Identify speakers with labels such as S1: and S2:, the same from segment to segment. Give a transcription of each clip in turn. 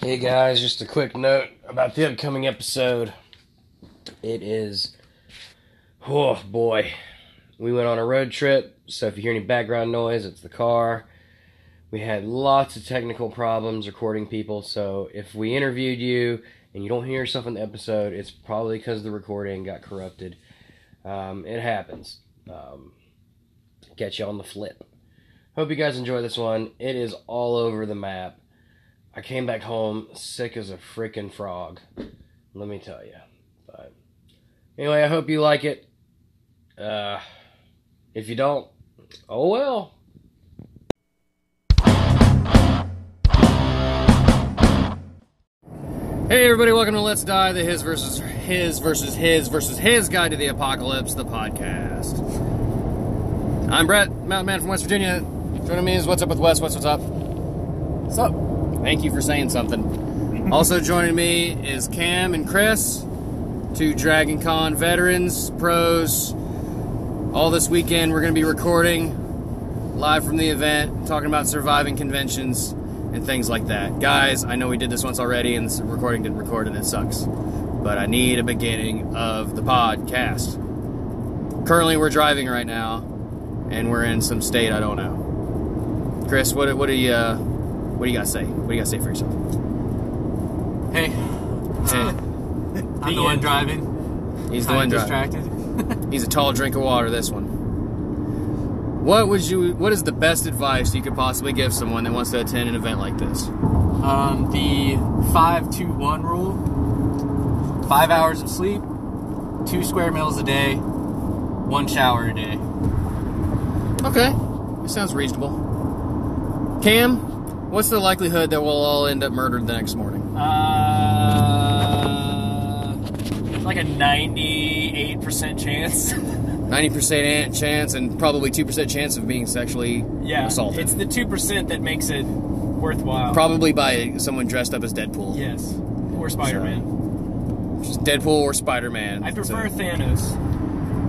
S1: Hey guys, just a quick note about the upcoming episode. It is. Oh boy. We went on a road trip, so if you hear any background noise, it's the car. We had lots of technical problems recording people, so if we interviewed you and you don't hear yourself in the episode, it's probably because the recording got corrupted. Um, it happens. Um, catch you on the flip. Hope you guys enjoy this one. It is all over the map. I came back home sick as a freaking frog. Let me tell you. But anyway, I hope you like it. Uh, if you don't, oh well. Hey everybody, welcome to Let's Die, the his versus his versus his versus his guide to the apocalypse, the podcast. I'm Brett, mountain man from West Virginia. Joining me is What's Up with Wes. What's what's up? What's up? Thank you for saying something. also joining me is Cam and Chris, two Dragon Con veterans, pros. All this weekend we're going to be recording live from the event, talking about surviving conventions and things like that. Guys, I know we did this once already and this recording didn't record and it sucks. But I need a beginning of the podcast. Currently we're driving right now and we're in some state I don't know. Chris, what what do you uh, what do you got to say? What do you got to say for yourself?
S2: Hey,
S1: Hey,
S2: I'm the one driving.
S1: he's the
S2: I'm
S1: one driving.
S2: distracted.
S1: He's a tall drink of water. This one. What would you? What is the best advice you could possibly give someone that wants to attend an event like this?
S2: Um, the five two one rule: five hours of sleep, two square meals a day, one shower a day.
S1: Okay, it sounds reasonable. Cam, what's the likelihood that we'll all end up murdered the next morning?
S3: Uh, like a 98% chance.
S1: Ninety percent chance, and probably two percent chance of being sexually
S3: yeah.
S1: assaulted.
S3: It's the 2% that makes it worthwhile.
S1: probably by someone dressed up as Deadpool.
S3: yes. Or Spider Man.
S1: Just Deadpool or Spider Man.
S3: I prefer Thanos.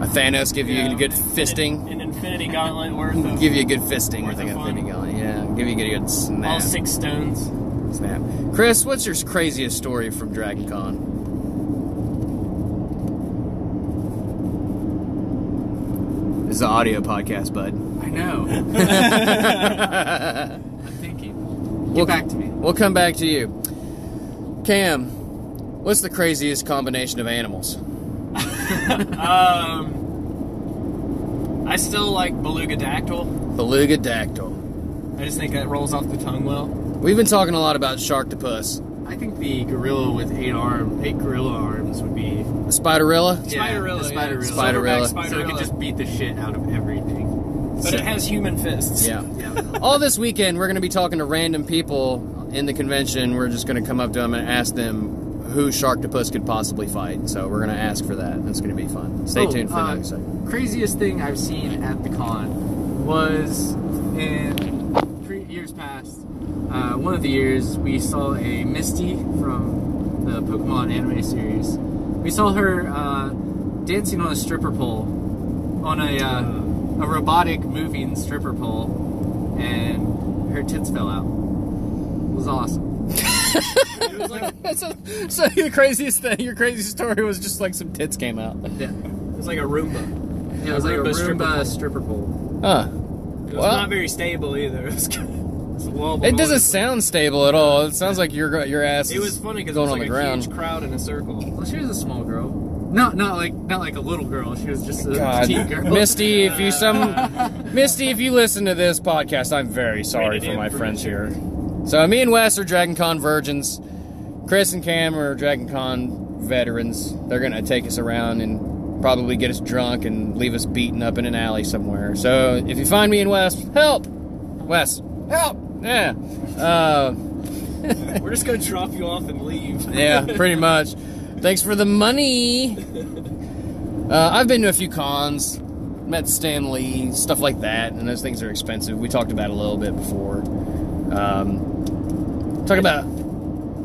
S1: a Thanos give you
S3: know,
S1: a good
S3: an-
S1: fisting.
S3: An, infinity gauntlet worth of
S1: Give you a good fisting
S3: Worth
S1: with like
S3: of
S1: a
S3: fun.
S1: fitting gun. Yeah, give you a good, snap.
S3: all six stones.
S1: snap. Chris, what's your craziest story from Dragon Con? This is an audio podcast, bud.
S2: I know. I'm thinking. Get
S1: We'll-
S2: back to me.
S1: We'll come back to you. Cam, what's the craziest combination of animals?
S3: Um, I still like Beluga Dactyl.
S1: Beluga dactyl.
S3: I just think that rolls off the tongue well.
S1: We've been talking a lot about sharktopus.
S2: I think the gorilla with eight arm, eight gorilla arms would be
S1: Spiderilla?
S3: Spiderilla,
S2: the
S3: yeah.
S2: Spiderilla.
S1: Spiderilla.
S3: Silverback
S2: So it could
S3: Spiderilla.
S2: just beat the shit out of everything.
S3: But it has human fists.
S1: Yeah.
S2: Yeah.
S1: All this weekend, we're going to be talking to random people in the convention. We're just going to come up to them and ask them who Sharktopus could possibly fight. So we're going to ask for that. That's going to be fun. Stay
S2: Oh,
S1: tuned for
S2: uh,
S1: the next segment.
S2: Craziest thing I've seen at the con was in three years past. Uh, one of the years we saw a Misty from the Pokemon anime series. We saw her uh, dancing on a stripper pole, on a uh, a robotic moving stripper pole, and her tits fell out. It was awesome.
S3: It was like
S1: So, so the craziest thing, your crazy story was just like some tits came out.
S2: Yeah,
S3: it was like a Roomba.
S2: it was like a
S3: Roomba stripper
S2: Roomba
S3: pole.
S2: stripper pole.
S1: Huh.
S3: It was
S1: Well-
S3: not very stable either. It was kind of,
S1: It doesn't sound stable at all. It sounds like your your ass.
S3: It was funny because
S1: is
S3: it was like
S1: going on
S3: a
S1: the ground.
S3: huge crowd in a circle.
S2: Well, she was a small girl. Not not like not like a little girl. She was just a
S1: God,
S2: petite girl.
S1: Misty, if you some Misty, if you listen to this podcast, I'm very sorry
S3: Rated
S1: for
S3: M
S1: my
S3: for
S1: friends here. So me and Wes are Dragon Con virgins. Chris and Cam are Dragon Con veterans. They're gonna take us around and probably get us drunk and leave us beaten up in an alley somewhere. So if you find me and Wes, help, Wes, help. Yeah, uh,
S3: We're just gonna drop you off and leave.
S1: yeah, pretty much. Thanks for the money. Uh, I've been to a few cons, met Stan Lee, stuff like that, and those things are expensive. We talked about it a little bit before. Um, talk about.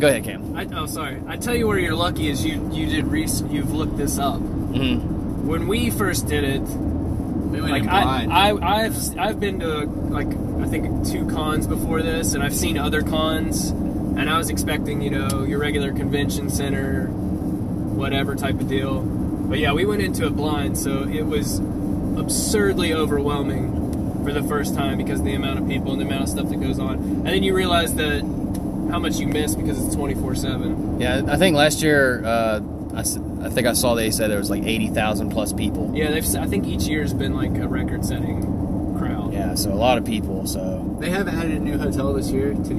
S1: Go ahead, Cam.
S3: I, oh, sorry. I tell you where you're lucky is you you did re- you've looked this up.
S1: Mm-hmm.
S3: When we first did it,
S2: We went
S3: like
S2: in
S3: I,
S2: blind.
S3: I I've I've been to like I think two cons before this, and I've seen other cons and I was expecting, you know, your regular convention center, whatever type of deal. But yeah, we went into it blind, so it was absurdly overwhelming for the first time because of the amount of people and the amount of stuff that goes on. And then you realize that how much you miss because it's 24 7.
S1: Yeah, I think last year, uh, I, s- I think I saw they said there was like 80,000 plus people.
S3: Yeah, they've, s- I think each year has been like a record setting crowd.
S1: Yeah, so a lot of people. So
S2: They have added a new hotel this year to the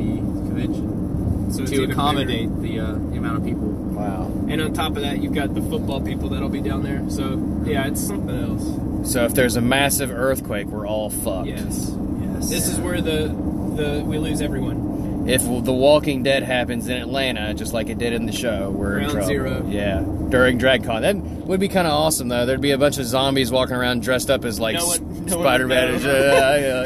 S2: convention
S3: So it's
S2: to
S3: even
S2: accommodate the, uh, the amount of people.
S1: wow.
S3: bigger. And on top of that, you've got the football people that'll be down there. So yeah, it's something else.
S1: So if there's a massive earthquake, we're all fucked.
S3: Yes.
S2: Yes.
S3: This is where the the we lose everyone.
S1: If The Walking Dead happens in Atlanta, just like it did in the show, we're in
S3: Ground
S1: trouble.
S3: zero.
S1: Yeah, during DragCon, that would be kind of awesome though. There'd be a bunch of zombies walking around dressed up as like
S3: No one-
S1: Sp-
S3: no one would
S1: Spider-Man.
S3: know.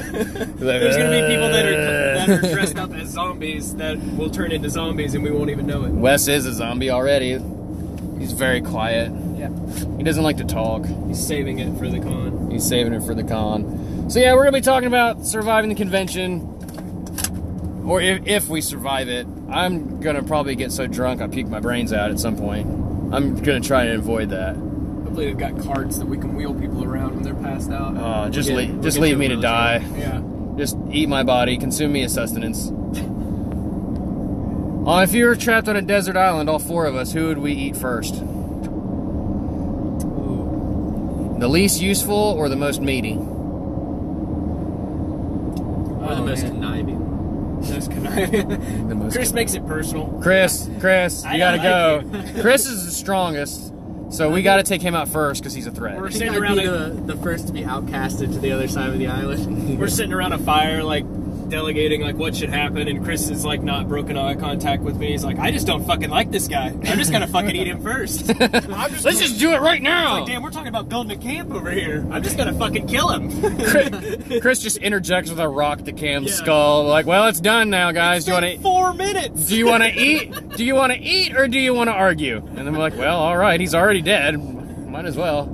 S3: There's
S1: There's
S3: gonna be people that are
S1: uh,
S3: that are dressed up as zombies that will turn into zombies and we won't even know it.
S1: Wes is a zombie already. He's very quiet.
S3: Yeah.
S1: He doesn't like to talk.
S3: He's saving it for the con.
S1: He's saving it for the con. So yeah, we're gonna be talking about surviving the convention, or if, if we survive it, I'm gonna probably get so drunk I puke my brains out at some point. I'm gonna try and avoid that.
S3: Hopefully they've got carts that we can wheel people around when they're passed out.
S1: Uh, just
S3: Yeah,
S1: leave,
S3: we'll
S1: just
S3: get
S1: leave
S3: you
S1: me to
S3: one
S1: die.
S3: of those. Yeah.
S1: Just eat my body, consume me as sustenance. Uh, if you were trapped on a desert island, all four of us, who would we eat first? The least useful or the most meaty?
S2: Or the
S3: Oh,
S2: most
S3: man.
S2: conniving.
S3: Those conniving.
S1: The most
S3: Chris makes it personal.
S1: Chris, Chris,
S3: I
S1: you gotta go.
S3: don't
S1: Chris is the strongest, so we gotta take him out first because he's a threat.
S3: We're
S2: I think
S3: sitting
S2: I'd
S3: around
S2: be
S3: a-
S2: the, the first to be outcasted to the other side of the island.
S3: We're sitting around a fire, like delegating like what should happen, and Chris is like not broken eye contact with me. He's like, I just don't fucking like this guy. I'm just gonna fucking eat him first. I'm just
S1: Let's just do it right now.
S3: like, damn, we're talking about building a camp over here. I'm just gonna fucking kill him.
S1: Chris just interjects with a rock to Cam's
S3: Yeah.
S1: skull, like, "Well, it's done now, guys. Do you want to
S3: four minutes?
S1: do you want to eat? Do you want to eat or do you want to argue?" And then we're like, "Well, all right, he's already dead. Might as well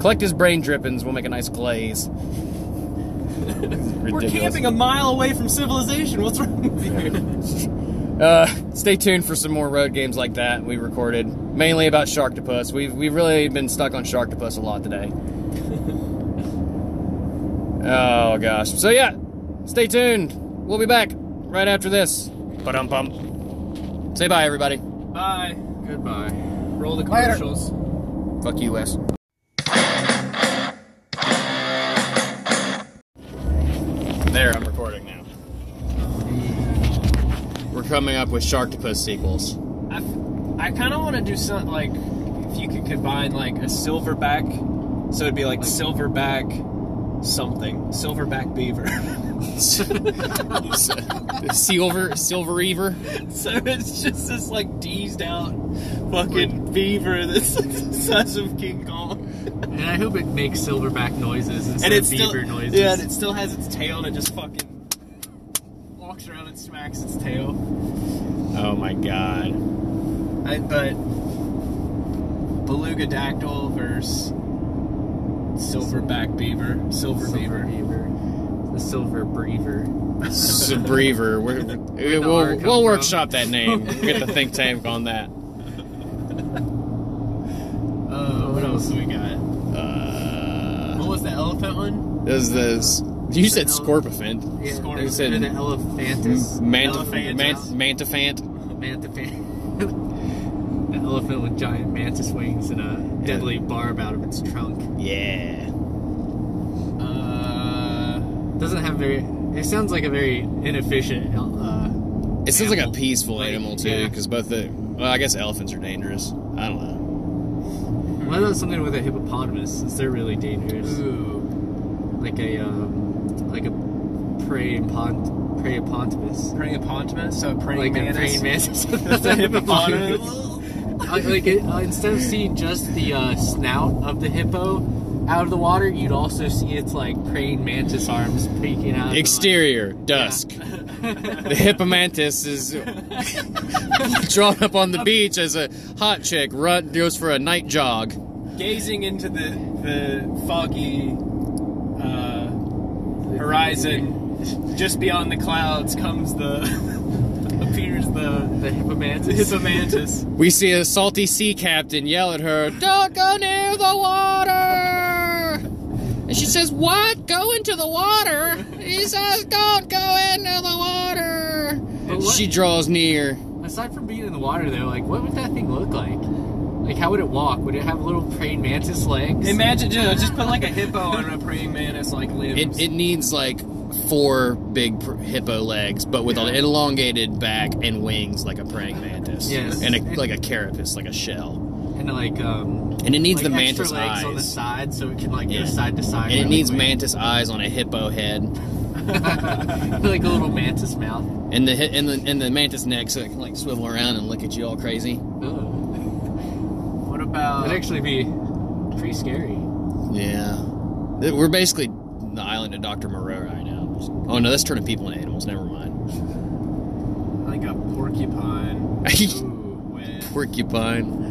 S1: collect his brain drippings. We'll make a nice glaze."
S3: We're
S1: Ridiculous.
S3: camping a mile away from civilization. What's wrong with you?
S1: Uh, stay tuned for some more road games like that we recorded, mainly about Sharktopus. We've we've really been stuck on Sharktopus a lot today. oh gosh. So yeah, stay tuned. We'll be back right after this. But um bum. Say bye everybody.
S3: Bye.
S2: Goodbye.
S3: Roll the commercials.
S1: Fuck you, Wes. There, I'm recording now. We're coming up with Sharktopus sequels.
S3: I, kind of want to do something like if you could combine like a silverback, so it'd be like silverback something, silverback beaver.
S1: Silver, Silver Reaver.
S3: so it's just this like deezed out fucking beaver that's the size of King Kong,
S2: And I hope it makes silverback noises
S3: and
S2: instead
S3: it's
S2: of
S3: still
S2: beaver noises.
S3: yeah, and it still has its tail and it just fucking walks around and smacks its tail.
S1: Oh my god.
S3: I, but beluga dactyl versus silverback beaver, silver,
S2: silver
S3: beaver.
S2: beaver. The silver breaver.
S1: Sabreaver. We're, we
S2: the R
S1: will
S2: come
S1: we'll
S2: from?
S1: workshop that name. We'll get the think tank on that.
S2: Uh,
S3: What else do we got?
S1: Uh,
S2: What was the elephant one?
S1: this is you said Scorpifant.
S2: Yeah,
S3: Scorpion.
S1: You
S2: they
S1: said-
S2: said the elephantis.
S1: Mant-
S2: Elephant.
S1: mant- mantafant.
S2: Mantafan. An elephant with giant mantis wings and a deadly barb out of its trunk.
S1: Yeah.
S2: Uh, doesn't have very. It sounds like a very inefficient. Uh,
S1: It sounds like a
S2: Animal.
S1: peaceful
S2: Like,
S1: animal too,
S2: yeah.
S1: because both the well, I guess elephants are dangerous. I don't know.
S2: what about something with a hippopotamus? Since they're really dangerous,
S3: Ooh,
S2: like a um, like a prey pont prey hippopotamus.
S3: praying pontimus, so praying
S2: like
S3: mantis.
S2: a praying mantis.
S3: That's a hippopotamus.
S2: like like, it, uh, instead of seeing just the uh, snout of the hippo out of the water, you'd also see its like praying mantis arms peeking out. of the,
S1: Exterior dusk. the hippomantis is drawn up on the beach as a hot chick run goes for a night jog.
S3: gazing into the the foggy uh, horizon, just beyond the clouds comes the appears
S2: the the hippomantis.
S3: Hippomantis.
S1: We see a salty sea captain yell at her, Don't go near the water! And she says, What? Go into the water? He says, Don't go into the water!
S2: But
S1: And
S2: what-
S1: she draws near.
S2: Aside from being in the water, though, like what would that thing look like? Like how would it walk? Would it have little praying mantis legs?
S3: Imagine, you know, just put like a hippo on a praying mantis, like limbs.
S1: It, it needs like four big pr- hippo legs, but with an elongated back and wings like a praying mantis.
S2: Yes.
S1: And a, like a carapace, like a shell.
S2: and like um.
S1: And it needs
S2: like
S1: the
S2: extra
S1: mantis
S2: legs on the
S1: eyes.
S2: side so it can like
S1: Yeah.
S2: go side to side.
S1: And it
S2: really
S1: needs
S2: quick.
S1: mantis eyes on a hippo head.
S2: like a little mantis mouth.
S1: And the hi- and the and the mantis neck so it can like swivel around and look at you all crazy.
S2: Ugh.
S3: what about?
S2: That'd actually be pretty scary.
S1: Yeah, Th- we're basically the island of Doctor Moreau right now. Oh no, that's turning people into animals. Never mind.
S3: like a porcupine. Ooh, with,
S1: Porcupine,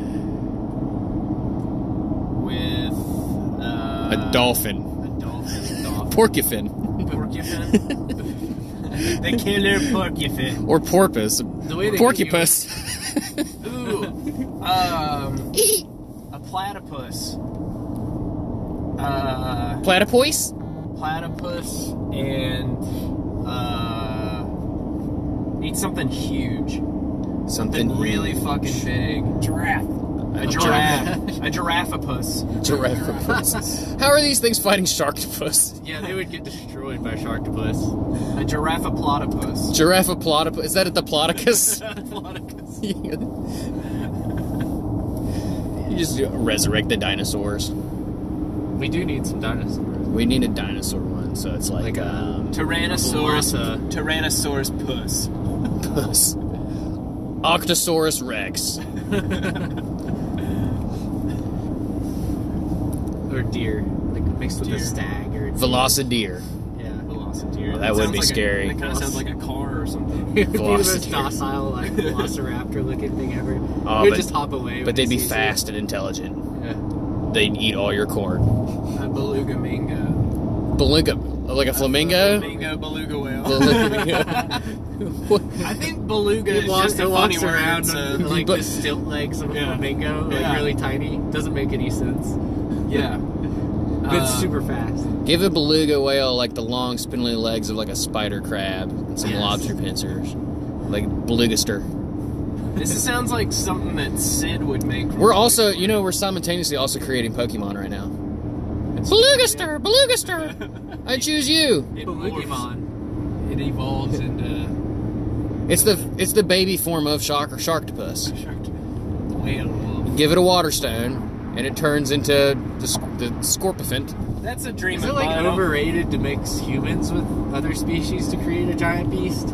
S3: with uh,
S1: a dolphin,
S3: A dolphin. dolphin.
S1: porcupine,
S3: porcupine. the killer porcupine.
S1: or porpoise,
S2: The way they
S1: porcupus.
S3: Ooh. Um, a platypus. Uh,
S1: Platypus.
S3: platypus and uh, need something huge.
S1: Something
S3: Something really fucking big. Giraffe. A giraffe. a giraffopus.
S1: Giraffopus. How are these things fighting sharktopus?
S2: Yeah, they would get destroyed by sharktopus.
S3: A giraffoplotopus.
S1: Giraffoplotopus. Is that at the plotticus?
S3: Platypus.
S1: you just resurrect the dinosaurs.
S2: We do need some dinosaurs.
S1: We need a dinosaur one, so it's like,
S2: Like a-
S1: um,
S3: Tyrannosaurus.
S2: Lotta.
S3: Tyrannosaurus puss.
S1: puss. uh, Octosaurus Rex.
S2: Or deer. Like mixed with a
S3: Deer.
S2: stag or a deer.
S1: Velocideer.
S2: Yeah.
S3: Velocity.
S1: that would
S3: sounds like
S1: be
S3: a-
S1: scary.
S3: that kind of sounds like a car or something.
S2: It'd be the most
S1: Velocity.
S2: docile, like velociraptor looking thing ever.
S1: Oh,
S2: it would
S1: but-
S2: just hop away. when
S1: But they'd
S2: it
S1: be
S2: sees
S1: fast
S2: it.
S1: and intelligent.
S2: Yeah.
S1: They'd eat all your corn.
S3: a beluga mingo.
S1: Beluga. Like a flamingo?
S3: Mingo beluga whale.
S1: Beluga.
S3: I think beluga
S2: It
S3: is
S2: walks,
S3: just a
S2: it walks
S3: funny word.
S2: around
S3: so-
S2: on, like
S1: But-
S2: the stilt legs of a
S3: Yeah.
S2: flamingo, like
S3: Yeah.
S2: really tiny. Doesn't make any sense.
S3: yeah.
S2: But it's
S3: Uh,
S2: super fast.
S1: Give a beluga whale like the long spindly legs of like a spider crab and some
S2: Yes.
S1: lobster pincers. Like belugaster.
S3: This sounds like something that Sid would make.
S1: We're also, you know, we're simultaneously also creating Pokemon right now. Belugaster! Belugaster! I choose you!
S3: It morphs.
S2: Pokemon.
S3: It evolves into
S1: It's the it's the baby form of shark or sharktopus.
S3: shark. Whale. wolf.
S1: give it a water stone, and it turns into the, sc- the scorpion.
S3: That's a dream.
S2: Is it
S3: of
S2: like
S3: mine.
S2: overrated to mix humans with other species to create a giant beast?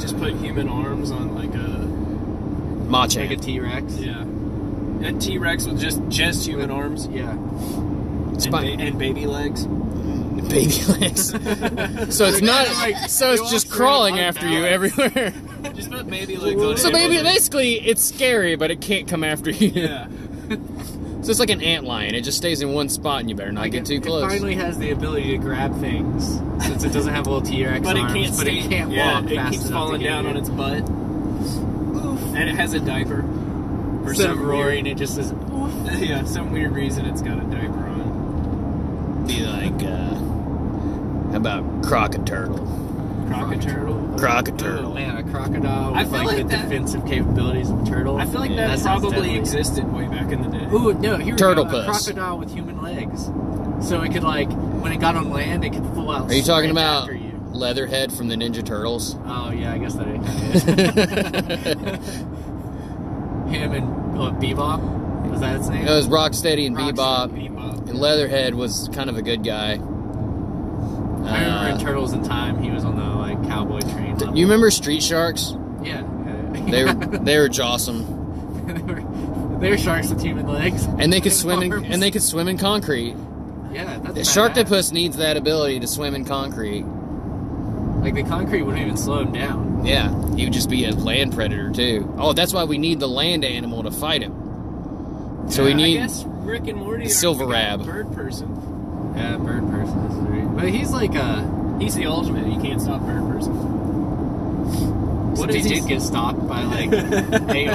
S3: Just put human arms on like a
S2: Like a
S1: Machamp.
S2: T Rex?
S3: yeah. A T Rex with just just human arms
S2: Yeah.
S3: and, ba-
S1: Spy-
S3: and baby legs.
S1: baby legs. so it's not.
S2: Like,
S1: so
S2: it
S1: it's just
S2: walks around
S1: crawling
S2: on
S1: after you
S2: balance.
S1: everywhere.
S3: Just put baby legs on.
S1: so
S3: everything.
S1: baby, basically, it's scary, but it can't come after you.
S3: Yeah.
S1: So it's like an ant lion. It just stays in one spot, and you better not
S2: Like,
S1: get
S2: it-
S1: too
S2: It
S1: close.
S2: finally has the ability to grab things since it doesn't have a little T Rex
S3: But it
S2: arms,
S3: can't.
S2: but
S3: stay,
S2: it can't
S3: yeah,
S2: walk
S3: It
S2: fast
S3: keeps
S2: enough to
S3: falling
S2: get
S3: down
S2: you.
S3: on its butt. And it has a diaper. For
S2: Instead
S3: some
S2: of roaring,
S3: weird,
S2: it just is.
S3: yeah, some weird reason it's got a diaper on.
S1: be like, uh, how about crocoturtle?
S3: Crocoturtle.
S1: Crocoturtle.
S2: Man, a crocodile with
S3: I feel
S2: like,
S3: like
S2: the
S3: that-
S2: defensive capabilities of a turtle.
S3: I feel like
S2: Yeah,
S3: that
S2: sounds
S3: probably
S2: deadly.
S3: existed way back in the day.
S2: Ooh, no, here
S1: Turtle
S2: we go. A
S1: puss.
S2: crocodile with human legs. So it could like when it got on land it could full out.
S1: Are you talking
S2: sprint
S1: about
S2: after you.
S1: Leatherhead from the Ninja Turtles?
S2: Oh yeah, I guess that is
S1: it
S2: him and oh, Bebop. Was that his name?
S1: was Rocksteady and Bebop.
S2: Rocksteady, Bebop.
S1: And Leatherhead was kind of a good guy.
S2: I remember in
S1: Uh,
S2: Turtles in Time he was on the like cowboy train. level.
S1: you remember Street Sharks?
S2: Yeah. yeah.
S1: They were they were jawsome,
S2: they were they're sharks with human legs.
S1: and they could
S2: With
S1: swim in,
S2: arms.
S1: and they could swim in concrete.
S2: Yeah, that's
S1: The
S2: badass.
S1: Sharktopus needs that ability to swim in concrete.
S2: Like the concrete wouldn't even slow him down.
S1: Yeah, he would just be a land predator too. Oh, that's why we need the land animal to fight him. So we
S3: Yeah,
S1: need
S3: I guess Rick and Morty. are
S1: Silver
S3: like a
S1: Rab.
S3: Bird person.
S2: Yeah, bird person is right. But he's like a
S3: He's the ultimate. You can't stop bird person. What
S2: Somebody
S3: is he-
S2: did get stopped by like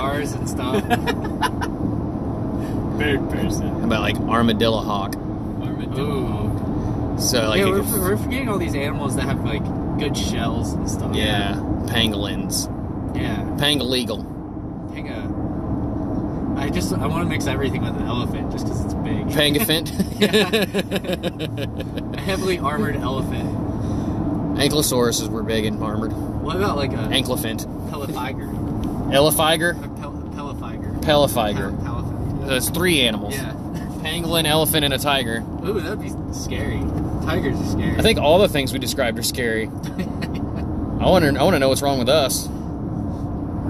S2: ARs and stuff.
S3: Third person.
S1: About like armadillo hawk.
S2: Ooh.
S1: So like
S2: yeah,
S1: it
S2: we're,
S1: could-
S2: we're forgetting all these animals that have like good shells and stuff.
S1: yeah, pangolins,
S2: Yeah.
S1: pangalegal,
S2: Hang a. I just I want to mix everything with an elephant just because it's big.
S1: pangafint.
S2: a heavily armored elephant.
S1: Ankylosauruses were big and armored.
S2: What about like a
S1: Ankylophant,
S2: pelifiger?
S1: elephiger,
S2: A pel- pelifiger.
S1: pelifiger.
S2: Pal- pelifiger.
S1: That's three animals.
S2: Yeah.
S1: Pangolin, elephant, and a tiger.
S2: Ooh, that'd be scary. Tigers are scary.
S1: I think all the things we described are scary. I want to. I want to know what's wrong with us.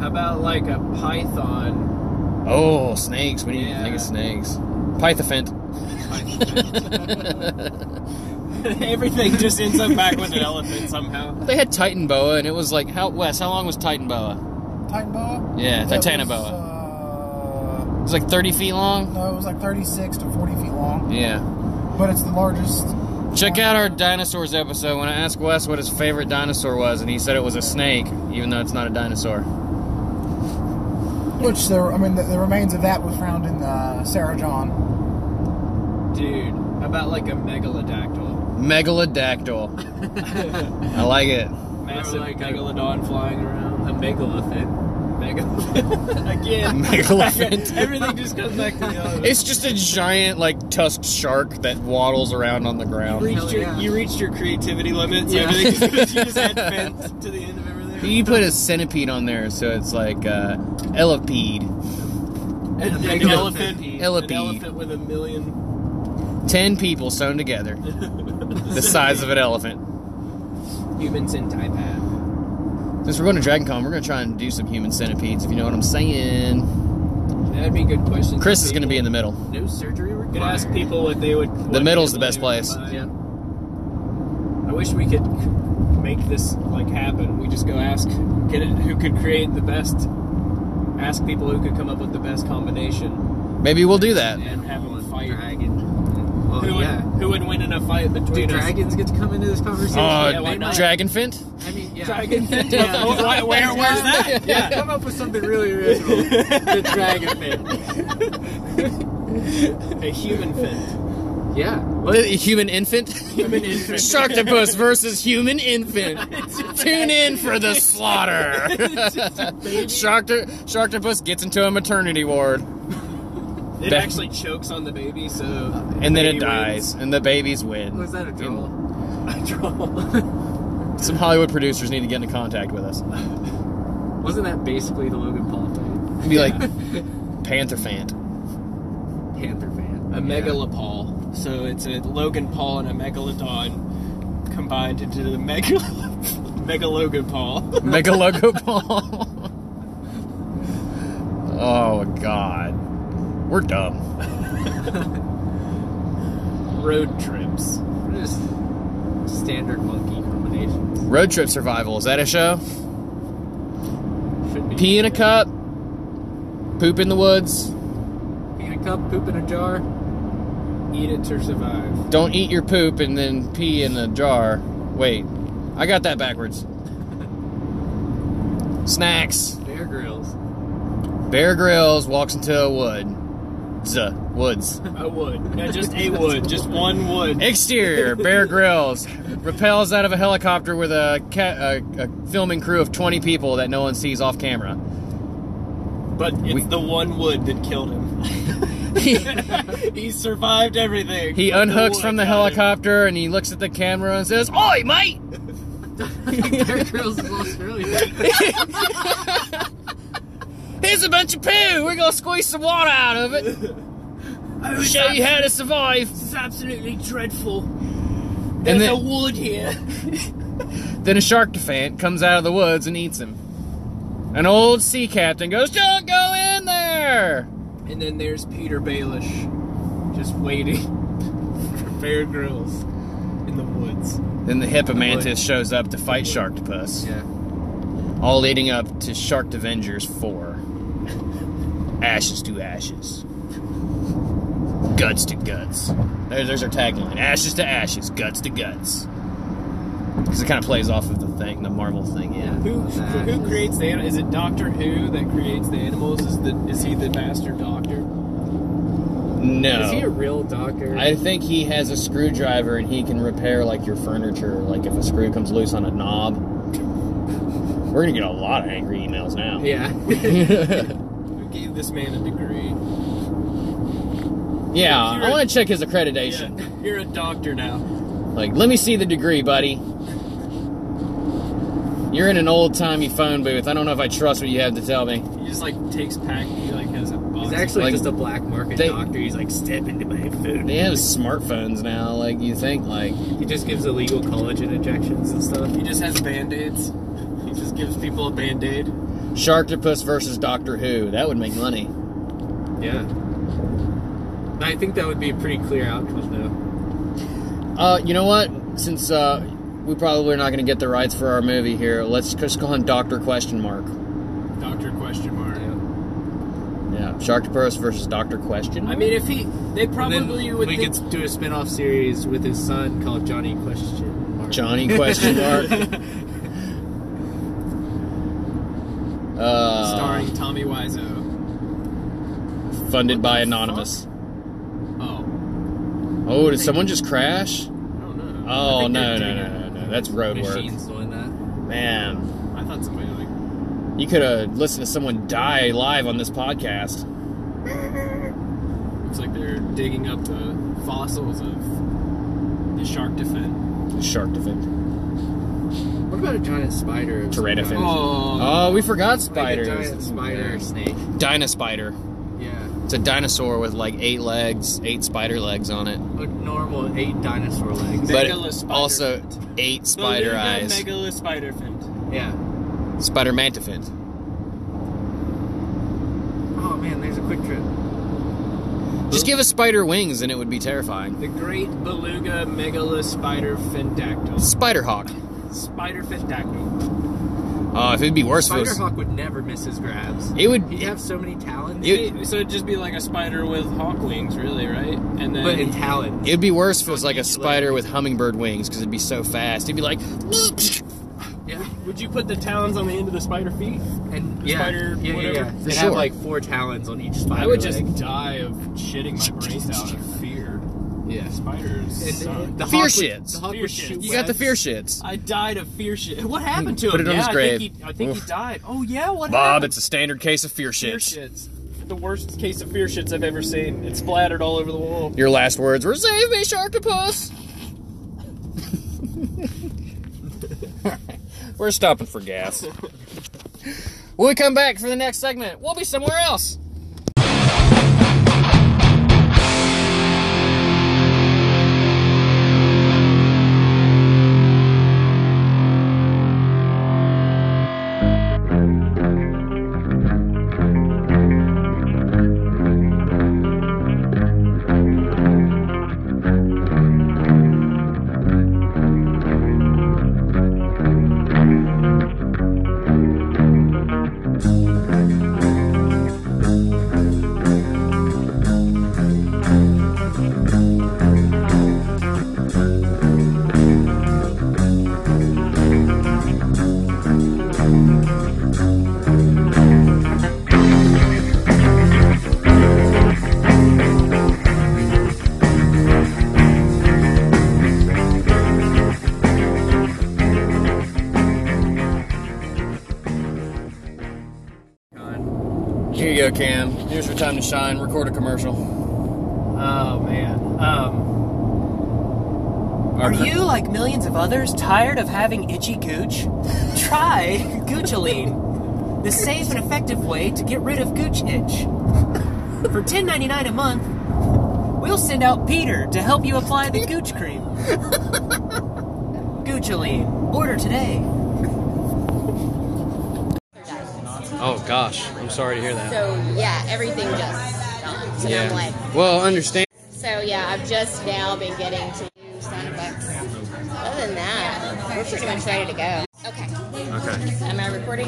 S3: How about like a python?
S1: Oh, snakes. We didn't even
S3: Yeah.
S1: think of snakes. Pythophant.
S3: Everything just ends up back with an elephant somehow.
S1: They had Titan boa, and it was like how Wes? How long was Titan boa?
S4: Titan boa?
S1: Yeah,
S4: That
S1: Titanoboa.
S4: was,
S1: It was like 30 feet
S4: Uh,
S1: long.
S4: no, it was like 36 to 40 feet long,
S1: Yeah.
S4: but it's the largest.
S1: Check out our dinosaurs episode. When I asked Wes what his favorite dinosaur was, and he said it was a snake, even though it's not a dinosaur.
S4: Which there, I mean, the, the remains of that was found in uh, Sarah John.
S3: Dude, how about like a megalodactyl?
S1: Megalodactyl. I like it.
S3: Massive
S2: like a-
S3: megalodon flying
S2: a
S3: around.
S2: megalophin.
S3: Megalodon. Again.
S1: Megalophant.
S3: Everything just comes back to the elephant.
S1: It's just a giant, like tusked shark that waddles around on the
S3: You
S1: ground.
S3: reached, your,
S2: yeah.
S3: you reached your creativity limits.
S2: Yeah.
S3: Everything just, you just had bent to the end of everything.
S1: You put a centipede on there, so it's like uh, elipede.
S3: An, an
S2: Megalophin.
S3: elephant. An
S1: Elipede.
S3: elephant with a million.
S1: Ten people sewn together, the size of an elephant.
S3: Humans in Taipan.
S1: Since we're going to Dragon Con, we're going to try and do some human centipedes, if you know what I'm saying.
S3: That'd be a good question.
S1: Chris is going to be in the middle.
S2: No surgery
S3: You
S2: required.
S3: could ask people what they would. what
S1: middle's
S3: they
S1: the best
S3: would
S1: place.
S3: buy.
S2: Yeah.
S3: I wish we could c- make this like happen. We just go ask, get it, who could create the best. Ask people who could come up with the best combination
S1: Maybe we'll do that.
S3: and have them fight.
S2: Dragon. Well,
S3: Who would,
S2: yeah.
S3: who would win in a fight
S2: Do
S3: between us?
S2: dragons get to come into this conversation?
S1: Uh,
S3: Yeah, why not?
S1: Dragonfint?
S2: I mean, yeah.
S3: Dragon.
S2: Yeah.
S3: Oh, why- where, where's that?
S2: Yeah, come up with something really original. the dragon fin.
S3: A human fin.
S2: Yeah.
S1: What? A human infant?
S3: Human infant.
S1: Sharktopus versus human infant. Tune in for the slaughter. Sharkto- Sharktopus gets into a maternity ward,
S3: It
S1: Beth-
S3: actually chokes on the baby, so
S1: and then it
S3: baby
S1: dies, and the babies
S2: Was
S1: win.
S2: that a troll?
S3: wins. I draw.
S1: Some Hollywood producers need to get into contact with us.
S2: Wasn't that basically the Logan Paul fight?
S1: Be like Pantherfant.
S2: Panther fan.
S3: A megalopol. So it's a Logan Paul and a megalodon combined into the mega megalogan Paul.
S1: Megalogopal. oh God, we're dumb.
S3: Road trips.
S2: Just standard monkey combinations.
S1: Road trip survival is that a show?
S2: Should be.
S1: Pee in a cup, poop in the woods.
S2: Pee in a cup, poop in a jar.
S3: Eat it to survive.
S1: Don't eat your poop and then pee in a jar. Wait, I got that backwards. Snacks.
S2: Bear grills.
S1: Bear Grylls walks into a wood. Z- woods.
S3: A wood. No, just a wood. Just one wood.
S1: Exterior. Bear Grylls repels out of a helicopter with a, ca- a, a filming crew of 20 people that no one sees off camera.
S3: But it's
S1: We-
S3: the one wood that killed him. he survived everything.
S1: He
S3: but the
S1: unhooks
S3: wood
S1: from the
S3: got him.
S1: helicopter and he looks at the camera and says, "Oi, mate!"
S2: Bear grills is Australian.
S1: Here's a bunch of poo. We're gonna squeeze some water out of it. Show you how to survive.
S3: It's absolutely dreadful.
S1: And
S3: There's a
S1: then,
S3: wood here.
S1: then a shark defant comes out of the woods and eats him. An old sea captain goes, "Don't go in there."
S3: And then there's Peter Baelish, just waiting for Bear Grylls in the woods.
S1: Then the hippomantis shows up to fight Sharktopus,
S2: yeah.
S1: all leading up to Shark Avengers 4. ashes to ashes, guts to guts. There, there's our tagline: ashes to ashes, guts to guts. because it kind of plays off of the thing, the Marvel thing. Yeah.
S3: Who
S2: Exactly.
S3: who creates the animals? Is it Doctor Who that creates the animals? Is the is he the master doctor? Oh.
S1: No.
S2: Is he a real doctor?
S1: I think he has a screwdriver and he can repair like your furniture, like if a screw comes loose on a knob. We're gonna get a lot of angry emails now.
S2: yeah.
S3: Who gave this man a degree?
S1: Yeah,
S3: You're
S1: I
S3: a-
S1: want to check his
S3: Yeah,
S1: accreditation.
S3: you're a doctor now.
S1: Like, let me see the degree, buddy. You're in an old timey phone booth. I don't know if I trust what you have to tell me.
S3: He just like takes pack. He like has a box.
S2: He's actually
S1: Like-
S2: just a black market
S1: They-
S2: doctor. He's like, step into my food.
S1: They have smartphones now. Like, you think like
S2: He just gives illegal collagen injections and stuff.
S3: He just has band aids. He just gives people a band aid.
S1: Sharktopus versus Doctor Who? That would make money.
S2: Yeah. I think that would be a pretty clear outcome, though.
S1: Uh, you know what? Since uh, we probably are not going to get the rights for our movie here, let's just call him Doctor Question Mark.
S3: Doctor question mark.
S1: Yeah, Sharktopus versus Doctor Question.
S3: I mean, if he, they
S2: And then
S3: probably would
S2: we
S3: think.
S2: could do a spin-off series with his son called Johnny Question. Mark.
S1: Johnny Question Mark. uh,
S3: starring Tommy Wiseau.
S1: funded by anonymous.
S3: Oh,
S1: Oh, did someone just crash?
S3: I don't know.
S1: Oh
S2: think
S1: no
S2: they're
S1: no
S2: doing
S1: no no no! That's road work,
S2: Machines doing that.
S1: man.
S3: I thought somebody like.
S1: You could have listened to someone die live on this podcast.
S3: It's like they're digging up the fossils of the shark defend.
S1: Shark defend.
S2: What about a giant spider? of some
S1: Pteridophin.
S2: kind?
S3: Oh,
S1: Oh, we forgot
S2: Like a
S1: spiders.
S2: giant spider or snake.
S1: Dino spider.
S2: Yeah.
S1: It's a dinosaur with like eight legs, eight spider legs on it,
S2: A normal eight dinosaur legs.
S1: but
S3: Megalospider.
S1: also
S2: Oh,
S1: eight spider eyes.
S3: Megala spider fin.
S2: yeah.
S1: Spider mantafin.
S2: Oh man, there's a quick trip.
S1: Just give a spider wings and it would be terrifying.
S3: The great beluga megala spider fin dactyl.
S1: Spider hawk.
S3: Spider fin dactyl.
S1: Oh, if it'd be worse for
S2: Spider
S1: us.
S2: Hawk would never miss his grabs.
S1: It would.
S2: He'd have so many talons,
S1: It-
S3: so it'd just be like a spider with hawk wings, really, right? And then
S2: but in talons.
S1: It'd be worse if it was like a spider with hummingbird wings because it'd be so fast. It'd be like, for
S2: yeah.
S3: would you put the talons on the end of the spider feet?
S2: And
S3: The
S2: yeah,
S3: spider,
S2: yeah, yeah,
S3: whatever.
S2: yeah.
S1: For
S2: They
S1: sure.
S2: have like four talons on each spider.
S3: I would
S2: leg.
S3: just die of shitting my brains out of fear.
S2: yeah.
S3: Spiders.
S2: And-
S3: suck.
S2: and the
S1: Fear
S2: hawk would-
S1: shits.
S2: the hawk would
S3: Fear
S2: shoot
S3: shits.
S1: you got the
S2: webs.
S1: fear shits.
S3: I died of fear shit. What happened to him?
S1: Put it on
S3: yeah,
S1: his
S3: I
S1: grave.
S3: think, he, I think he
S1: Oof.
S3: died. Oh yeah, what
S1: Bob,
S3: happened?
S1: it's a standard case of fear
S3: fear
S1: shits.
S3: shits. The worst case of fear shits I've ever seen. It splattered all over the wall.
S1: Your last words were "Save me, Sharktopus." we're stopping for gas. when we come back for the next segment, we'll be somewhere else. Here you go, Cam. Here's your time to shine. Record a commercial.
S2: Oh man. Um,
S1: Our cr-
S2: like millions of others, tired of having itchy gooch? Try Goochaline, the safe and effective way to get rid of gooch itch. For ten ninety nine a month, we'll send out Peter to help you apply the gooch cream. Goochaline, order today.
S1: Oh gosh, I'm sorry to hear that.
S5: So yeah, everything just dumped. And I'm like,
S1: Well, understand.
S5: so yeah, I've just now been getting to new sound effects. Other than that, we're pretty much ready to go. Okay.
S1: Okay,
S5: Am I recording?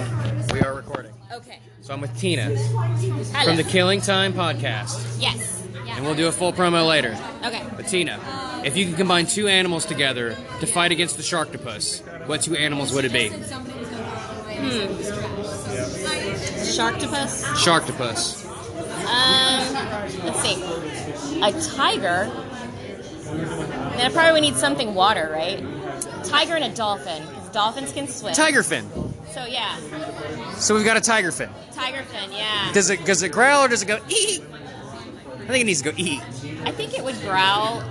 S1: we are recording.
S5: Okay.
S1: So I'm with Tina
S5: Hello.
S1: from the Killing Time podcast,
S5: yes. Yeah.
S1: and we'll do a full promo later.
S5: Okay.
S1: But Tina, If you could combine two animals together to fight against the sharktopus, what two animals would it be?
S5: Sharktopus.
S1: Sharktopus.
S5: Um, let's see. A tiger. Then I probably would need something water, right? Tiger and a dolphin. 'cause Dolphins can swim.
S1: Tiger fin.
S5: So yeah,
S1: So we've got a tiger fin.
S5: tiger fin. Yeah.
S1: Does it does it growl or does it go ee? I think it needs to go ee.
S5: I think it would growl,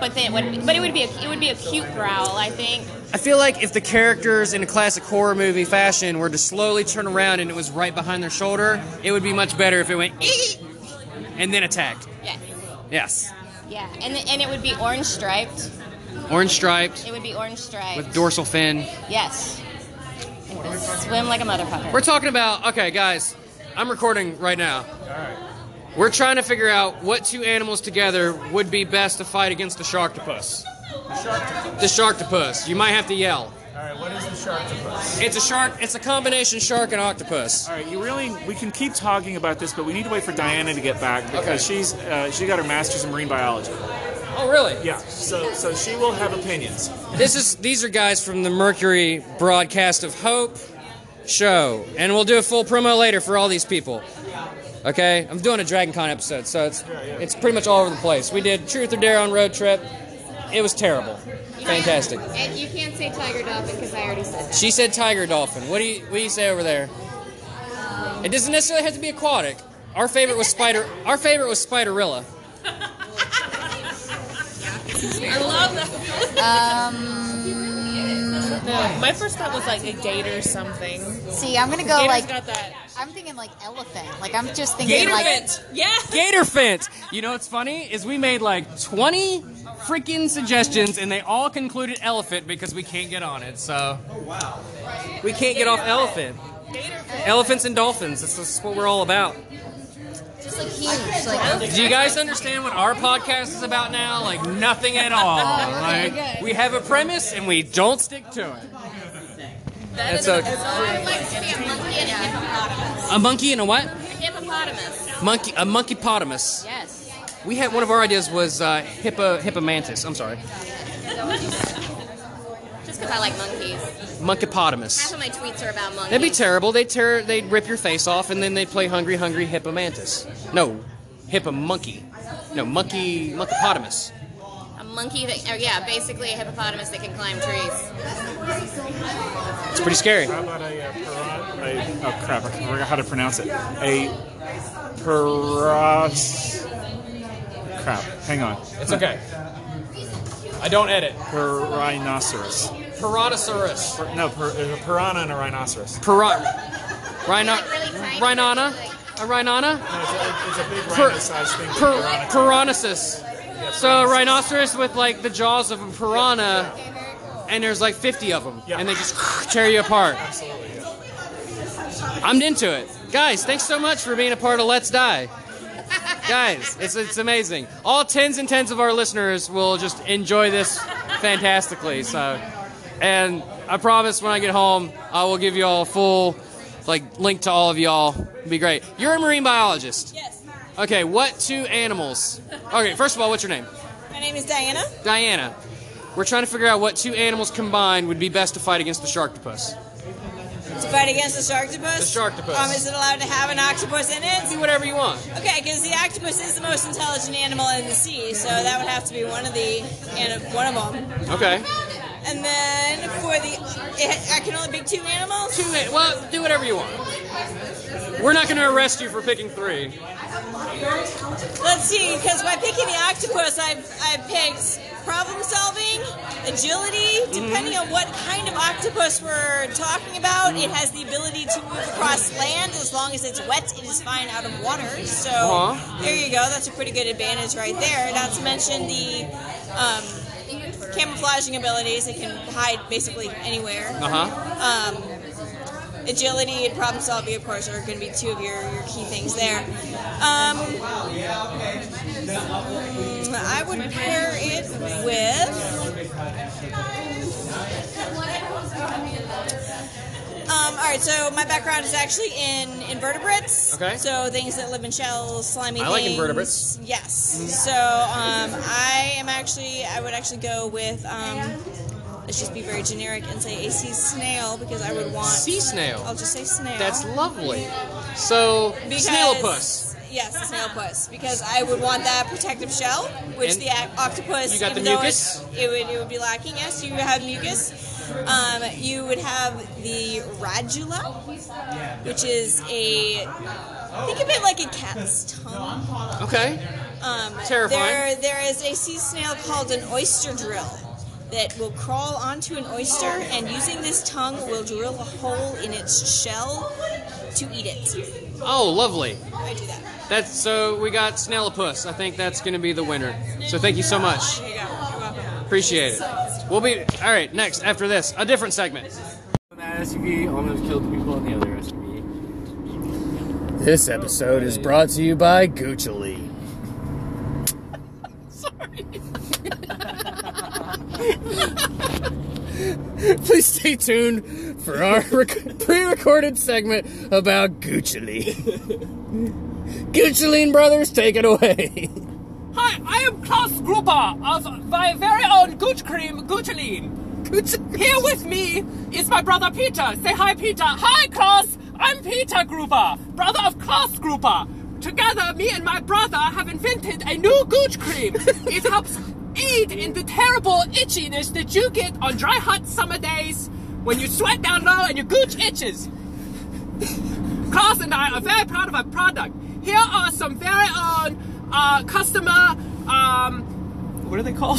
S5: but then it would, but it would be a, it would be a cute growl. I think.
S1: I feel like if the characters in a classic horror movie fashion were to slowly turn around and it was right behind their shoulder, it would be much better if it went ee and then attacked.
S5: Yeah.
S1: Yes.
S5: Yeah. And and it would be orange striped.
S1: Orange striped
S5: It would be orange striped.
S1: with dorsal fin.
S5: Yes. And it would swim like a motherfucker.
S1: We're talking about okay, guys. I'm recording right now. We're trying to figure out what two animals together would be best to fight against the sharktopus. The sharktopus. You might have to yell.
S6: Alright, what is the sharktopus?
S1: It's a shark. It's a combination shark and octopus.
S6: Alright, you really, we can keep talking about this, but we need to wait for Diana to get back because
S1: Okay.
S6: she's, uh, she got her master's in marine biology.
S1: Oh, really?
S6: Yeah, so, so she will have opinions.
S1: This is. These are guys from the Mercury broadcast of Hope show, and we'll do a full promo later for all these people. Okay, I'm doing a Dragon Con episode, so it's it's pretty much all over the place. We did Truth or Dare on road trip. It was terrible. Fantastic.
S5: And you can't say tiger dolphin because I already said that.
S1: She said tiger dolphin. What do you what do you say over there?
S5: Um,
S1: It doesn't necessarily have to be aquatic. Our favorite was spider. Our favorite was spiderilla.
S7: My first thought was like a gator or something.
S8: Oh,
S9: See, I'm gonna go
S7: Gator's
S9: like
S7: got that.
S9: I'm thinking like elephant. Like I'm just thinking like
S7: Yeah.
S1: Gator fence. You know what's funny is we made like 20 freaking suggestions and they all concluded elephant because we can't get on it. So. Oh wow. We can't get off elephant. Elephants and dolphins. That's, that's what we're all about.
S9: just like huge. Like
S1: Do you guys understand what our podcast is about now? Like nothing at all.
S9: Oh,
S1: Like we have a premise and we don't stick to it. That's okay. A monkey and a what?
S5: Hippopotamus.
S1: Monkey, a monkey potamus.
S5: Yes.
S1: We had one of our ideas was uh, hippo hippomantis. I'm sorry,
S5: Just because I like monkeys. Half
S1: monkeypotamus.
S5: of my tweets are about monkeys.
S1: That'd be terrible. They tear, they would rip your face off, and then they play hungry, hungry hippomantis. No, hippomonkey. No, monkey, monkeypotamus.
S5: a monkey that, or yeah, basically a hippopotamus that can climb trees.
S1: It's pretty scary.
S6: How about a, uh, para- a oh crap, I forgot how to pronounce it. A paras... Crap, hang on.
S3: It's okay. I don't edit.
S6: Rhinoceros.
S1: Piratosaurus.
S6: No, per, there's a piranha and a rhinoceros.
S1: Pirat. Rhino.
S5: Like really tiny,
S1: Rhinana.
S5: like-
S1: A rhinana.
S6: No, it's, a, it's a big
S1: Per-
S6: rhino-sized thing.
S1: Per-
S6: with piranha.
S1: piranasis. So a rhinoceros with like the jaws of a piranha, and there's like 50 of them,
S6: Yeah.
S1: and they just tear you apart.
S6: Absolutely, yeah.
S1: I'm into it. Guys, thanks so much for being a part of Let's Die. Guys, it's, it's amazing. All tens and tens of our listeners will just enjoy this fantastically. So, and I promise when I get home, I will give you all a full like link to all of y'all. It'd be great. You're a marine biologist.
S8: Yes.
S1: Okay, what two animals? Okay, first of all, what's your name?
S8: My name is Diana.
S1: Diana. We're trying to figure out what two animals combined would be best to fight against the sharktopus.
S8: To fight against the sharktopus.
S1: The sharktopus.
S8: Um, is it allowed to have an octopus in
S1: Be
S8: it?
S1: whatever you want.
S8: Okay, because the octopus is the most intelligent animal in the sea, so that would have to be one of the and one of them.
S1: Okay.
S8: And then for the, it, I can only pick two animals.
S1: Two in- Well, do whatever you want. We're not going to arrest you for picking three.
S8: Let's see, because by picking the octopus, I've I've picked problem solving, agility. Depending on what kind of octopus we're talking about, it has the ability to move across land as long as it's wet. It is fine out of water. So
S1: Uh-huh.
S8: there you go. That's a pretty good advantage right there. Not to mention the. Um, Camouflaging abilities, it can hide basically anywhere.
S1: Uh huh.
S8: Um, agility and problem solving, of course, are going to be two of your, your key things there. Um, mm, I would pair it with. Um, all right, so my background is actually in invertebrates.
S1: Okay.
S8: So things that live in shells, slimy
S1: I like
S8: things.
S1: invertebrates.
S8: Yes. So um, I am actually, I would actually go with, um, let's just be very generic and say a sea snail because I would want.
S1: Sea snail.
S8: I'll just say snail.
S1: That's lovely. So,
S8: Because-
S1: snailopus.
S8: Yes, a snail puss. Because I would want that protective shell, which
S1: And
S8: the ac- octopus.
S1: you got
S8: even
S1: the
S8: though
S1: mucus?
S8: It, it would it would be lacking. Yes, you have mucus. Um, you would have the radula, which is a think of it like a cat's tongue.
S1: Okay.
S8: Um,
S1: Terrifying.
S8: There, there is a sea snail called an oyster drill that will crawl onto an oyster and using this tongue will drill a hole in its shell to eat it.
S1: Oh, lovely.
S8: I do that.
S1: That's so we got snailopus. I think that's going to be the winner. So thank you so much.
S8: There you go. You're welcome.
S1: Appreciate it. We'll be all right. Next after this, a different segment.
S2: That SUV almost killed the people in the other SUV.
S1: This episode is brought to you by Gucci. Sorry. Please stay tuned for our rec- pre-recorded segment about Gucci. Gucci brothers, take it away.
S3: Hi, I am Klaus Gruber of my very own Gooch Cream Gucciline. Here with me is my brother Peter. Say hi, Peter. Hi, Klaus. I'm Peter Gruber, brother of Klaus Gruber. Together, me and my brother have invented a new Gooch Cream. it helps aid in the terrible itchiness that you get on dry, hot summer days when you sweat down low and your gooch itches. Klaus and I are very proud of our product. Here are some very own uh, customer. Um, what are they called?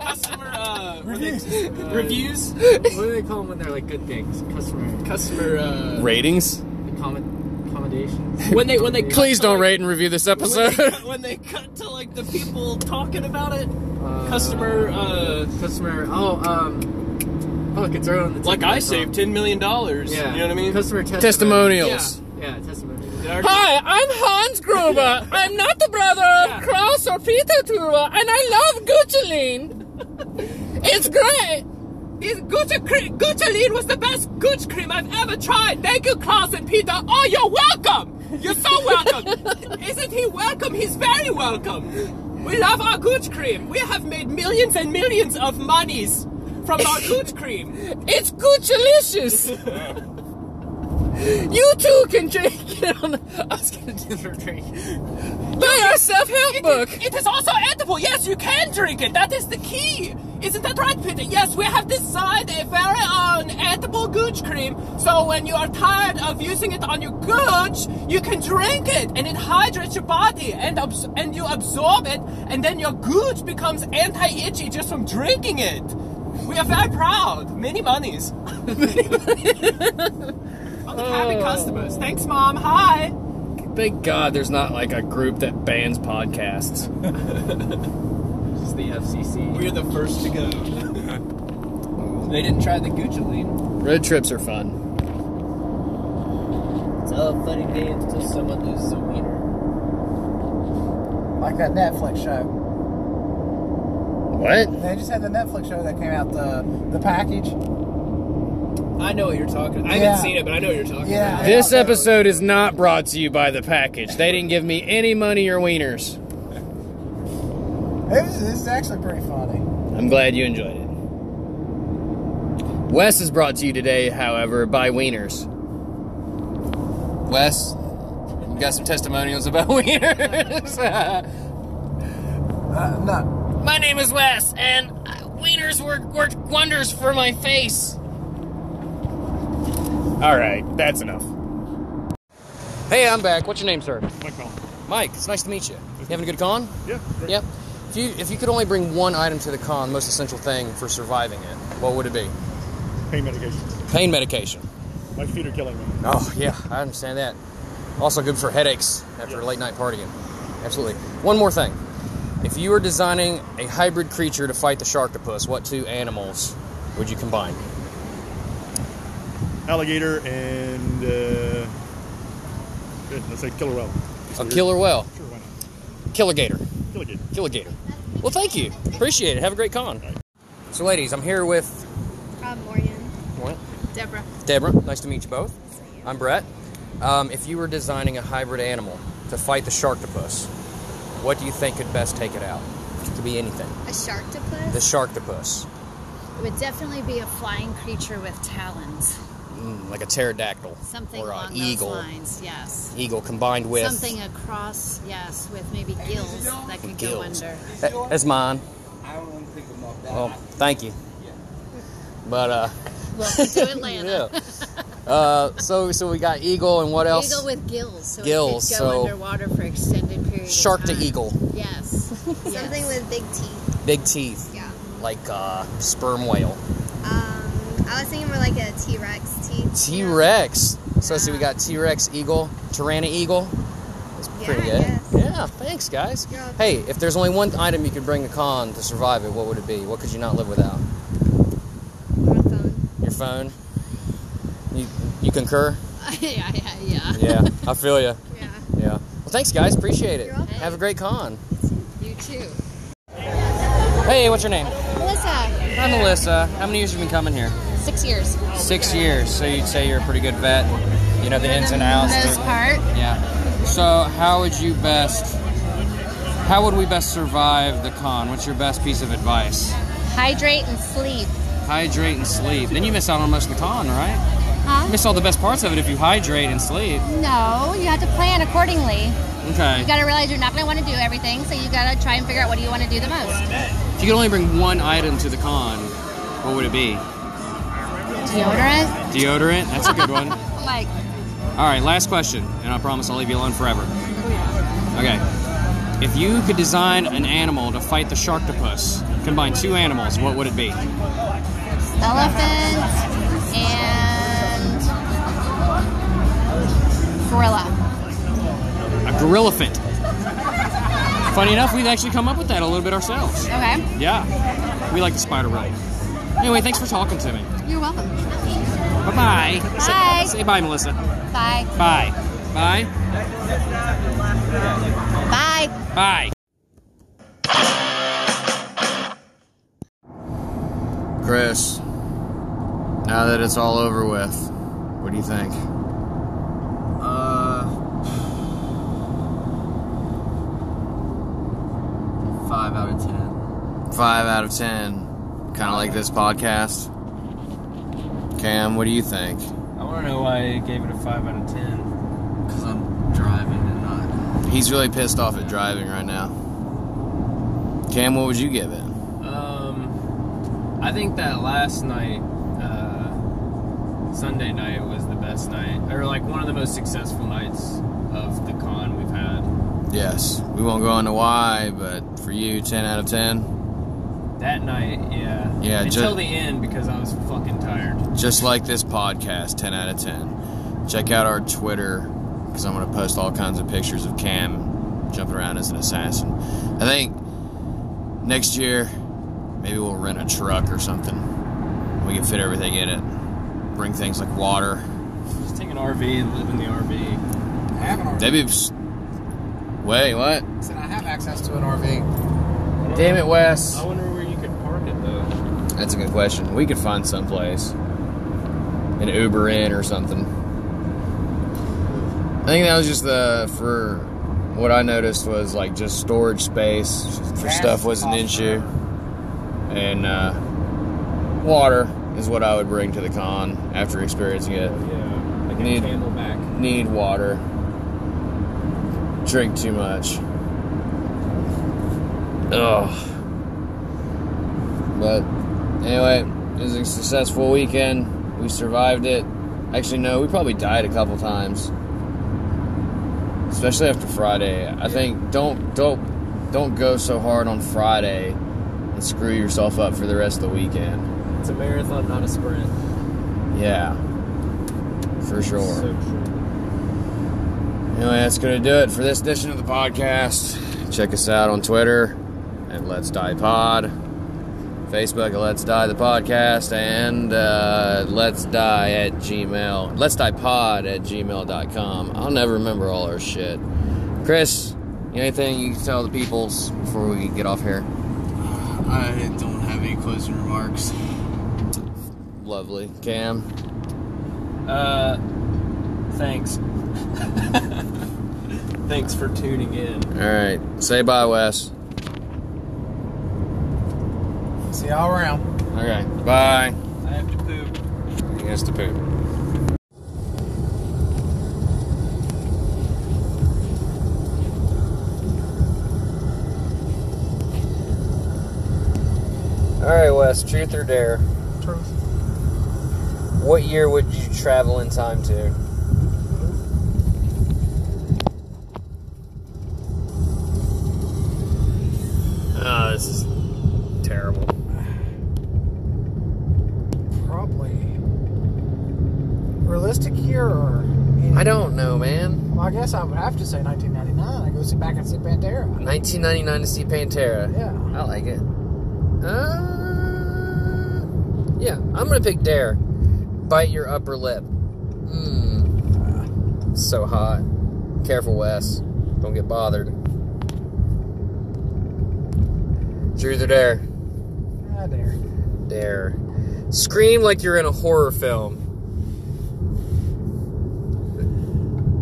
S3: customer uh, reviews. reviews.
S2: What do they call them when they're like good things? Customer
S3: Customer uh,
S1: Ratings?
S2: accommod- accommodations.
S3: when they when they cut
S1: Please
S3: to,
S1: don't
S3: like,
S1: rate and review this
S3: When they,
S1: episode.
S3: cut, when they cut to like the people talking about it, customer uh,
S2: Customer. Oh, um, look, it's right on the. tip
S3: like
S2: of my
S3: I saved
S2: tongue.
S3: ten million dollars.
S2: Yeah,
S3: you know what I mean.
S2: Customer testimony.
S1: Testimonials.
S2: Yeah, testimony.
S1: Hi, I'm Hans Gruber. I'm not the brother of
S3: Yeah.
S1: Kraus or Peter Gruber, and I love Gucciline. it's great.
S3: This Gucci cream, Gucciline was the best Gucci cream I've ever tried. Thank you, Klaus and Peter. Oh, you're welcome. You're so welcome. Isn't he welcome? He's very welcome. We love our Gucci cream. We have made millions and millions of monies from our Gucci cream.
S1: It's Guccilicious. you too can drink it on. I was gonna do it for drink. Buy our self-help book.
S3: It is also edible. Yes, you can drink it. That is the key. Isn't that right, Peter? Yes, we have designed a very own edible gooch cream. So when you are tired of using it on your gooch, you can drink it, and it hydrates your body, and abs- and you absorb it, and then your gooch becomes anti-itchy just from drinking it. We are very proud. Many monies.
S2: Oh.
S3: Happy customers. Thanks, mom. Hi.
S1: Thank God there's not like a group that bans podcasts.
S2: It's the FCC.
S3: We're the first to go. they didn't try the Gucciline.
S1: Road trips are fun.
S2: It's a funny day until someone loses a wiener.
S4: Like that Netflix show.
S1: What?
S4: They just had the Netflix show that came out the the package.
S3: I know what you're talking. I
S4: Yeah.
S3: haven't seen it, but I know what you're talking.
S4: Yeah.
S1: This
S4: I know.
S1: episode is not brought to you by the package. They didn't give me any money or wieners.
S4: It was, this is actually pretty funny.
S1: I'm glad you enjoyed it. Wes is brought to you today, however, by wieners. Wes, you got some testimonials about wieners.
S4: Uh, no.
S1: my name is Wes, and wieners work worked wonders for my face. All right, that's enough. Hey, I'm back. What's your name, sir?
S6: Like, well,
S1: Mike. It's nice to meet you. You having a good con?
S6: yeah. great.
S1: Yep. If you if you could only bring one item to the con, most essential thing for surviving it, what would it be?
S6: Pain medication.
S1: Pain medication.
S6: My feet are killing me.
S1: Oh yeah, I understand that. Also good for headaches after
S6: Yes.
S1: late night partying. Absolutely. One more thing. If you were designing a hybrid creature to fight the sharktopus, what two animals would you combine?
S6: Alligator and uh, good, let's say killer whale.
S1: A killer whale,
S6: Sure, why not?
S1: killer gator,
S6: Killer gator.
S1: killer gator. Well, thank you. Appreciate it. Have a great con. So, ladies, I'm here with
S9: Um, Morgan,
S1: What?
S10: Deborah.
S11: Deborah, nice to meet you both. I'm Brett. Um, if you were designing a hybrid animal to fight the sharktopus, what do you think could best take it out? It could be anything.
S10: A sharktopus?
S11: The sharktopus,
S10: It would definitely be a flying creature with talons.
S11: mm, like a pterodactyl
S10: Something
S11: or
S10: along
S11: an eagle.
S10: those lines, yes.
S11: Eagle combined with
S10: Something across, yes, with maybe gills that could go
S11: gills.
S10: under.
S11: That- that's mine.
S12: I don't want to pick them up.
S11: Well, thank you. But uh,
S10: Welcome to Atlanta.
S11: yeah. Uh, so so we got eagle and what else?
S10: Eagle with gills, so
S11: Gills,
S10: it could go
S11: so-
S10: underwater for extended periods.
S11: Shark to eagle,
S10: Yes. Something
S13: with big teeth.
S11: big teeth.
S13: Yeah.
S11: Like uh, sperm whale.
S13: Um, I was thinking more like a T Rex teeth.
S11: T Rex. So let's see, we got T Rex eagle, Tyranna eagle. That's pretty good. Yeah, thanks, guys. Hey, if there's only one item you could bring to con to survive it, what would it be? What could you not live without? My phone. Your phone. You you concur?
S10: yeah, yeah, yeah.
S11: yeah, I feel you. Yeah. Yeah. Well, thanks, guys. Appreciate it. Have a great con.
S10: You too.
S11: Hey, what's your name?
S13: Melissa,
S1: Hi, Melissa. How many years have you been coming here?
S13: six years.
S1: Six years. So you'd say you're a pretty good vet. You know the ins and outs.
S13: Most part.
S1: Yeah. So how would you best? How would we best survive the con? What's your best piece of advice?
S13: Hydrate and sleep.
S1: Hydrate and sleep. Then you miss out on most of the con, right? You
S13: Huh?
S1: miss all the best parts of it if you hydrate and sleep.
S13: No, you have to plan accordingly.
S1: Okay.
S13: You gotta realize you're not gonna wanna do everything, so you gotta try and figure out what do you wanna do the most.
S1: If you could only bring one item to the con, what would it be?
S13: Deodorant?
S1: Deodorant. That's a good one.
S13: like,
S1: All right, last question, and I promise I'll leave you alone forever. Okay. If you could design an animal to fight the sharktopus, combine two animals, what would it be?
S13: elephant and gorilla.
S1: A gorillafant. Funny enough, we've actually come up with that a little bit ourselves.
S13: Okay.
S1: Yeah. We like the spider web. Anyway, thanks for talking to me.
S13: You're welcome.
S1: Bye-bye.
S13: Bye.
S1: Say, say bye, Melissa.
S13: Bye.
S1: Bye. Bye.
S13: Bye.
S1: Bye. Chris, now that it's all over with, what do you think?
S2: Uh, five out of ten.
S1: Five out of ten. Kind of like this podcast. Cam, what do you think?
S3: I want to know why I gave it a 5 out of 10.
S2: Because I'm driving and not.
S1: He's really pissed off at driving right now. Cam, what would you give it?
S3: Um, I think that last night, uh, Sunday night, was the best night, or like one of the most successful nights of the con we've had.
S1: Yes. We won't go into why, but for you, 10 out of 10.
S3: That night, yeah.
S1: Yeah, ju-
S3: Until the end because I was fucking tired.
S1: Just like this podcast, 10 out of 10. Check out our Twitter because I'm going to post all kinds of pictures of Cam jumping around as an assassin. I think next year, maybe we'll rent a truck or something. We can fit everything in it. Bring things like water.
S3: Just take an RV and live in the RV.
S4: I have an RV.
S1: Maybe. Wait, what?
S4: I said I have access to an RV.
S1: Damn it, Wes.
S3: I wonder where you could park it though.
S1: That's a good question. We could find someplace. An Uber in or something. I think that was just the for what I noticed was like just storage space for stuff was an issue. And uh, water is what I would bring to the con after experiencing it.
S3: Yeah, like
S1: Need-
S3: a camelback.
S1: Need water. Drink too much. Ugh. But anyway, it was a successful weekend. We survived it. Actually, no, we probably died a couple times. Especially after Friday. I think don't don't don't go so hard on Friday and screw yourself up for the rest of the weekend.
S3: It's a marathon, not a sprint.
S1: Yeah. For sure.
S3: So true.
S1: Anyway, that's going to do it for this edition of the podcast. Check us out on Twitter at Let's Die Pod, Facebook at Let's Die the Podcast, and uh, Let's Die at Gmail. Let's Die Pod at gmail.com. I'll never remember all our shit. Chris, you know anything you can tell the peoples before we get off here?
S2: I don't have any closing remarks.
S1: Lovely. Cam,
S3: Uh, thanks. thanks for tuning in.
S11: All right. Say bye, Wes.
S4: See y'all around.
S11: Okay. Bye.
S3: I have to poop.
S11: He has to poop. All right, Wes. Truth or dare?
S4: Truth.
S1: What year would you travel in time to?
S3: Oh, this is terrible.
S4: Probably. Realistic year or.
S1: I don't know, man.
S4: Well, I guess I would have to say 1999. I go sit back and sit Pantera.
S1: 1999 to see Pantera.
S4: Yeah.
S1: I like it. Uh, yeah, I'm gonna pick Dare. Bite your upper lip. Mmm. So hot. Careful, Wes. Don't get bothered. Truth or dare?
S4: Ah, there.
S1: Dare. Scream like you're in a horror film.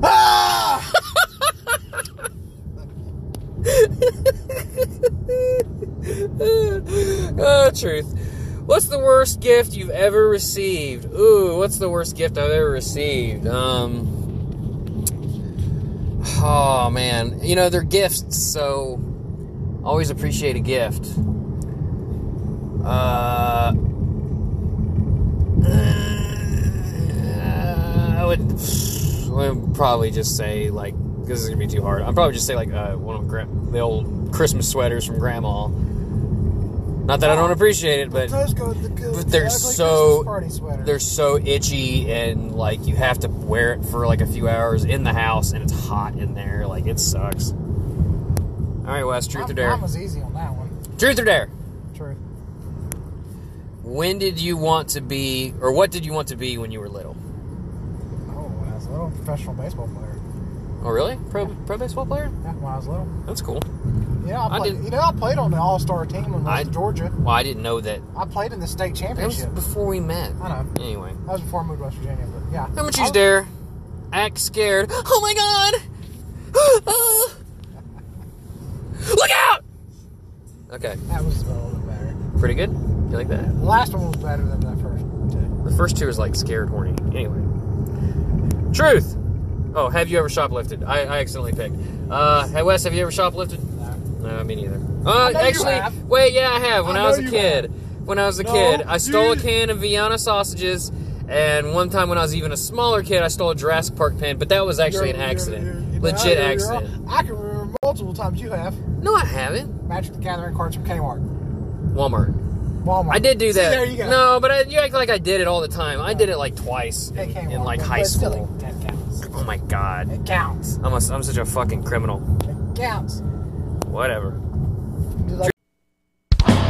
S4: Ah!
S1: oh, truth. What's the worst gift you've ever received? Ooh, what's the worst gift I've ever received? Um. Oh man, you know they're gifts, so always appreciate a gift. Uh, I would, I would probably just say like this is gonna be too hard. I'd probably just say like uh, one of gra- the old Christmas sweaters from Grandma. Not that I don't appreciate it, but
S4: Those go with the good.
S1: but they're
S4: ugly
S1: so
S4: Christmas party sweater.
S1: they're so itchy and like you have to wear it for like a few hours in the house and it's hot in there. Like it sucks. All right, Wes, truth
S4: Mine-
S1: or dare?
S4: Mine was easy on that one.
S1: Truth or dare?
S4: Truth.
S1: When did you want to be, or what did you want to be when you were little?
S4: Oh, when I was little, professional baseball player.
S1: Oh, really? Pro pro baseball player?
S4: Yeah, when I was little.
S1: That's cool.
S4: Yeah, I,
S1: I
S4: played,
S1: didn't-
S4: you know, I played on the All Star team when I was
S1: I-
S4: in Georgia.
S1: Well, I didn't know that.
S4: I played in the state
S1: That was
S4: championship.
S1: before we met.
S4: I know.
S1: Anyway,
S4: That was before I moved to West Virginia, but yeah.
S1: how much
S4: I
S1: you
S4: was-
S1: dare? Act scared. Oh my god! Ah! Look out! Okay,
S4: That was a little bit better.
S1: pretty good. You like that?
S4: The last one was better than that first one. too.
S1: The first two is like scared horny. Anyway. Truth! Oh, have you ever shoplifted? I, I accidentally picked. Uh, hey, Wes, have you ever shoplifted? No. No, me neither. Uh,
S4: I know you
S1: actually,
S4: have.
S1: wait, yeah, I have. When
S4: I
S1: I,
S4: know
S1: was a
S4: you
S1: kid. When I was a
S4: No,
S1: kid, I stole a
S4: you-
S1: can of Vienna sausages. And one time when I was even a smaller kid, I stole a Jurassic Park pen, but that was actually an
S4: You're- you're-
S1: accident.
S4: you're- you're-
S1: Legit
S4: you're- you're-
S1: accident.
S4: I can remember multiple times you have
S1: No, I haven't.
S4: Magic the Gathering cards from Kmart,
S1: Walmart.
S4: Walmart.
S1: I did do
S4: See,
S1: that.
S4: there you go.
S1: No, but I, you act like I did it all the time. I did it like twice
S4: It
S1: in,
S4: came
S1: in
S4: off,
S1: like
S4: but
S1: high
S4: still,
S1: school.
S4: That counts.
S1: Oh my god.
S4: It counts.
S1: I'm, a, I'm such a fucking criminal.
S4: It counts.
S1: Whatever.
S4: Did I-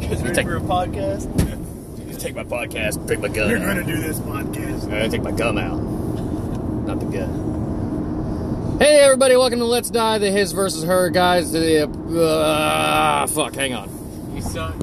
S11: You
S3: Ready
S11: take-
S3: for a podcast?
S11: You take my podcast, take my gun.
S14: You're
S11: out.
S14: gonna do this podcast.
S11: I'm gonna take my gum out. Not the gun. Hey everybody, welcome to Let's Die, the His versus Her guys. To the uh, fuck, hang on.
S3: You suck.